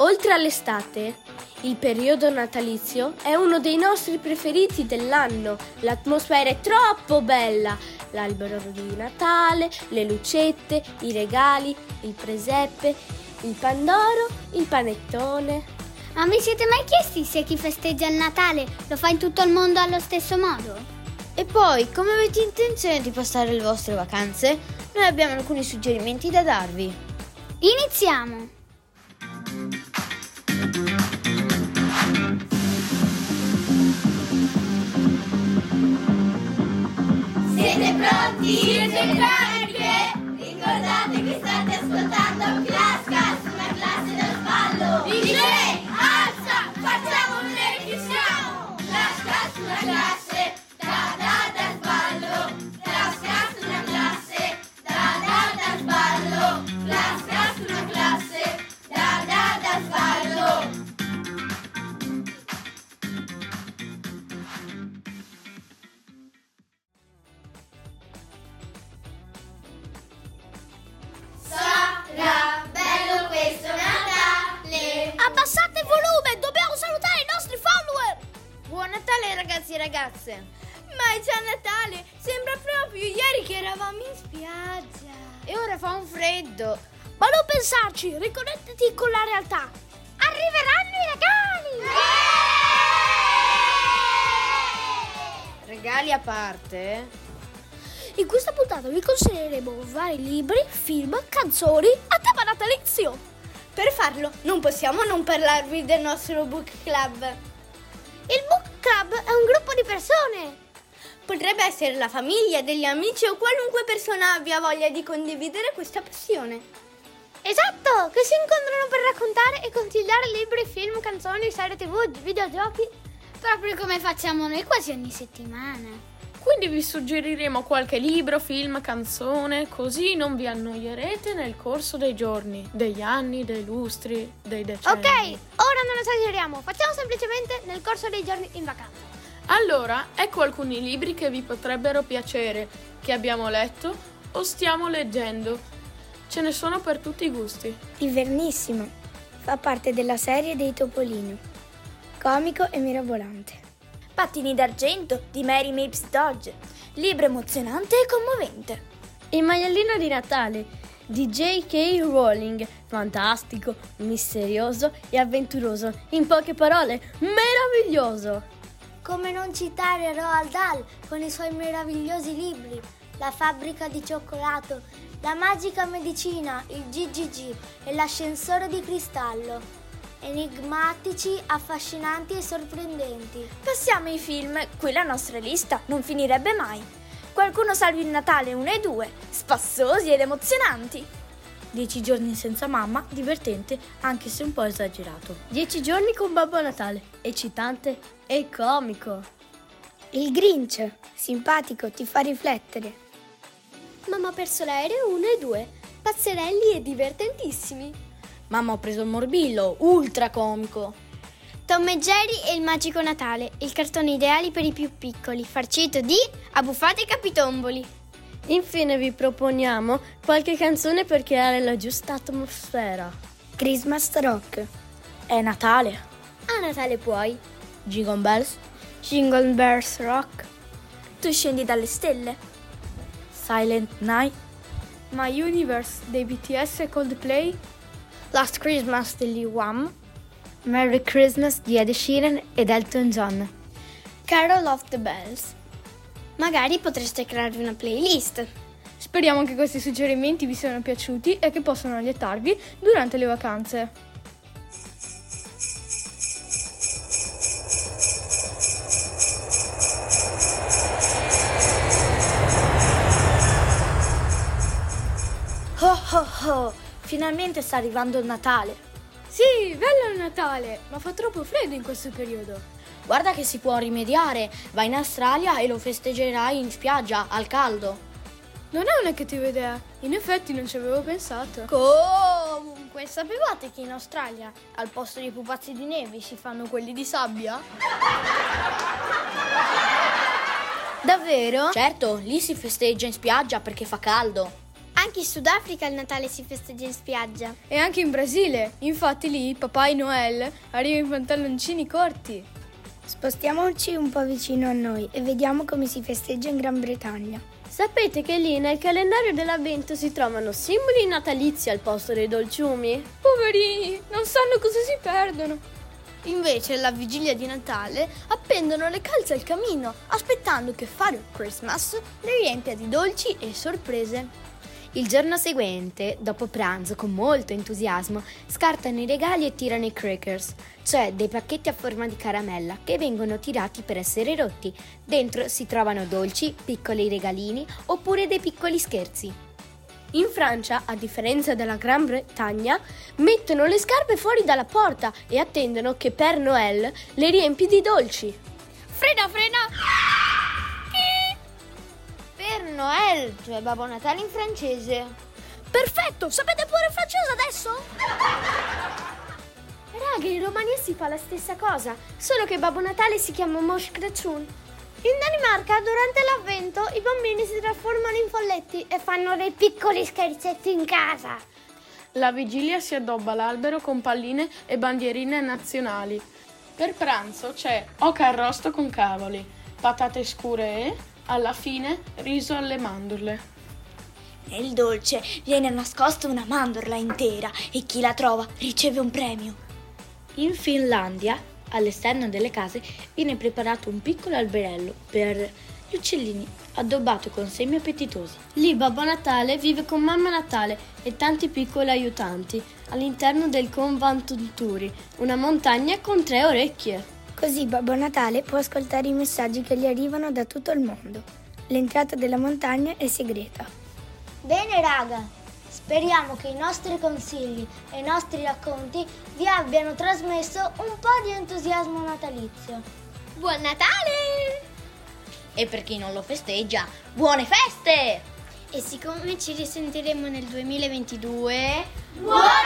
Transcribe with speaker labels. Speaker 1: Oltre all'estate, il periodo natalizio è uno dei nostri preferiti dell'anno. L'atmosfera è troppo bella. L'albero di Natale, le lucette, i regali, il presepe, il pandoro, il panettone.
Speaker 2: Ma vi siete mai chiesti se chi festeggia il Natale lo fa in tutto il mondo allo stesso modo?
Speaker 3: E poi, come avete intenzione di passare le vostre vacanze? Noi abbiamo alcuni suggerimenti da darvi.
Speaker 2: Iniziamo!
Speaker 4: Siete pronti? Siete cariche? Ricordate che state ascoltando Classcast, una classe da sballo. DJ, alza, facciamo vedere chi siamo. Classcast, una classe da da da sballo. Classcast, una classe da da da sballo. Classcast, una classe da da da sballo. Sarà bello questo Natale.
Speaker 2: Abbassate il volume, dobbiamo salutare i nostri follower!
Speaker 3: Buon Natale ragazzi e ragazze!
Speaker 2: Ma è già Natale, sembra proprio ieri che eravamo in spiaggia.
Speaker 3: E ora fa un freddo!
Speaker 2: Ma non pensarci, riconnettiti con la realtà. Arriveranno i regali!
Speaker 3: Regali a parte?
Speaker 2: In questa puntata vi consiglieremo vari libri, film, canzoni a tema natalizio. Per farlo non possiamo non parlarvi del nostro book club. Il book club è un gruppo di persone. Potrebbe essere la famiglia, degli amici o qualunque persona abbia voglia di condividere questa passione. Esatto, che si incontrano per raccontare e consigliare libri, film, canzoni, serie tv, videogiochi. Proprio come facciamo noi quasi ogni settimana.
Speaker 5: Quindi vi suggeriremo qualche libro, film, canzone, così non vi annoierete nel corso dei giorni, degli anni, dei lustri, dei decenni.
Speaker 2: Ok, ora non esageriamo, facciamo semplicemente nel corso dei giorni in vacanza.
Speaker 5: Allora, ecco alcuni libri che vi potrebbero piacere, che abbiamo letto o stiamo leggendo. Ce ne sono per tutti i gusti.
Speaker 6: Ivernissima. Fa parte della serie dei Topolino. Comico e mirabolante.
Speaker 7: Pattini d'argento di Mary Mapes Dodge. Libro emozionante e commovente.
Speaker 6: Il maialino di Natale di J.K. Rowling. Fantastico, misterioso e avventuroso. In poche parole, meraviglioso!
Speaker 2: Come non citare Roald Dahl con i suoi meravigliosi libri, La fabbrica di cioccolato, La magica medicina, il GGG e l'ascensore di cristallo. Enigmatici, affascinanti e sorprendenti.
Speaker 7: Passiamo ai film, qui la nostra lista non finirebbe mai. Qualcuno salvi il Natale 1 e 2, spassosi ed emozionanti.
Speaker 6: 10 giorni senza mamma, divertente anche se un po' esagerato. 10 giorni con Babbo Natale, eccitante e comico. Il Grinch, simpatico, ti fa riflettere.
Speaker 2: Mamma perso l'aereo 1 e 2, pazzerelli e divertentissimi.
Speaker 3: Mamma ho preso il morbillo, ultra comico!
Speaker 2: Tom e Jerry e il magico Natale, il cartone ideale per i più piccoli, farcito di abbuffate e capitomboli.
Speaker 6: Infine vi proponiamo qualche canzone per creare la giusta atmosfera. Christmas Rock.
Speaker 3: È Natale!
Speaker 2: A Natale puoi.
Speaker 3: Jingle Bells?
Speaker 6: Jingle Bells Rock.
Speaker 7: Tu scendi dalle stelle.
Speaker 3: Silent Night?
Speaker 6: My Universe dei BTS e Coldplay. Last Christmas degli Wham. Merry Christmas di Ed Sheeran ed Elton John. Carol of the Bells.
Speaker 2: Magari potreste crearvi una playlist.
Speaker 8: Speriamo che questi suggerimenti vi siano piaciuti e che possano aiutarvi durante le vacanze.
Speaker 7: Oh oh oh, finalmente sta arrivando il Natale.
Speaker 8: Sì, bello il Natale, ma fa troppo
Speaker 5: Oh,
Speaker 8: freddo in questo periodo.
Speaker 3: Guarda che si può rimediare! Vai in Australia e lo festeggerai in spiaggia, al caldo!
Speaker 8: Non è una cattiva idea, in effetti non ci avevo pensato.
Speaker 3: Comunque, sapevate che in Australia, al posto dei pupazzi di neve, si fanno quelli di sabbia?
Speaker 6: Davvero?
Speaker 3: Certo, lì si festeggia in spiaggia perché fa caldo!
Speaker 2: A Anche in Sudafrica il Natale si festeggia in spiaggia.
Speaker 8: E anche in Brasile, infatti lì Papà Noel arriva in pantaloncini corti.
Speaker 6: Spostiamoci un po' vicino a noi e vediamo come si festeggia in Gran Bretagna.
Speaker 1: Sapete che lì nel calendario dell'avvento si trovano simboli natalizi al posto dei dolciumi?
Speaker 8: Poverini, non sanno cosa si perdono.
Speaker 3: Invece, alla vigilia di Natale, appendono le calze al camino, aspettando che Father Christmas le riempia di dolci e sorprese.
Speaker 9: Il giorno seguente, dopo pranzo, con molto entusiasmo, scartano i regali e tirano i crackers, cioè dei pacchetti a forma di caramella che vengono tirati per essere rotti. Dentro si trovano dolci, piccoli regalini oppure dei piccoli scherzi.
Speaker 1: In Francia, a differenza della Gran Bretagna, mettono le scarpe fuori dalla porta e attendono che per Noël le riempi di dolci.
Speaker 3: Frena, frena! Per Noël, cioè Babbo Natale in francese.
Speaker 2: Perfetto, sapete pure il francese adesso? Raga, in Romania si fa la stessa cosa, solo che Babbo Natale si chiama Mosh Krachun. In Danimarca, durante l'avvento, i bambini si trasformano in folletti e fanno dei piccoli scherzetti in casa.
Speaker 5: La vigilia si addobba l'albero con palline e bandierine nazionali. Per pranzo c'è oca arrosto con cavoli, patate scure e, alla fine, riso alle mandorle.
Speaker 7: Nel dolce viene nascosta una mandorla intera e chi la trova riceve un premio.
Speaker 9: In Finlandia, all'esterno delle case, viene preparato un piccolo alberello per gli uccellini, addobbato con semi appetitosi.
Speaker 1: Lì Babbo Natale vive con Mamma Natale e tanti piccoli aiutanti all'interno del Convantuturi, una montagna con tre orecchie.
Speaker 6: Così Babbo Natale può ascoltare i messaggi che gli arrivano da tutto il mondo. L'entrata della montagna è segreta.
Speaker 2: Bene raga, speriamo che i nostri consigli e i nostri racconti vi abbiano trasmesso un po' di entusiasmo natalizio. Buon Natale!
Speaker 4: E per chi non lo festeggia, buone feste!
Speaker 2: E siccome ci risentiremo nel 2022...
Speaker 4: Buon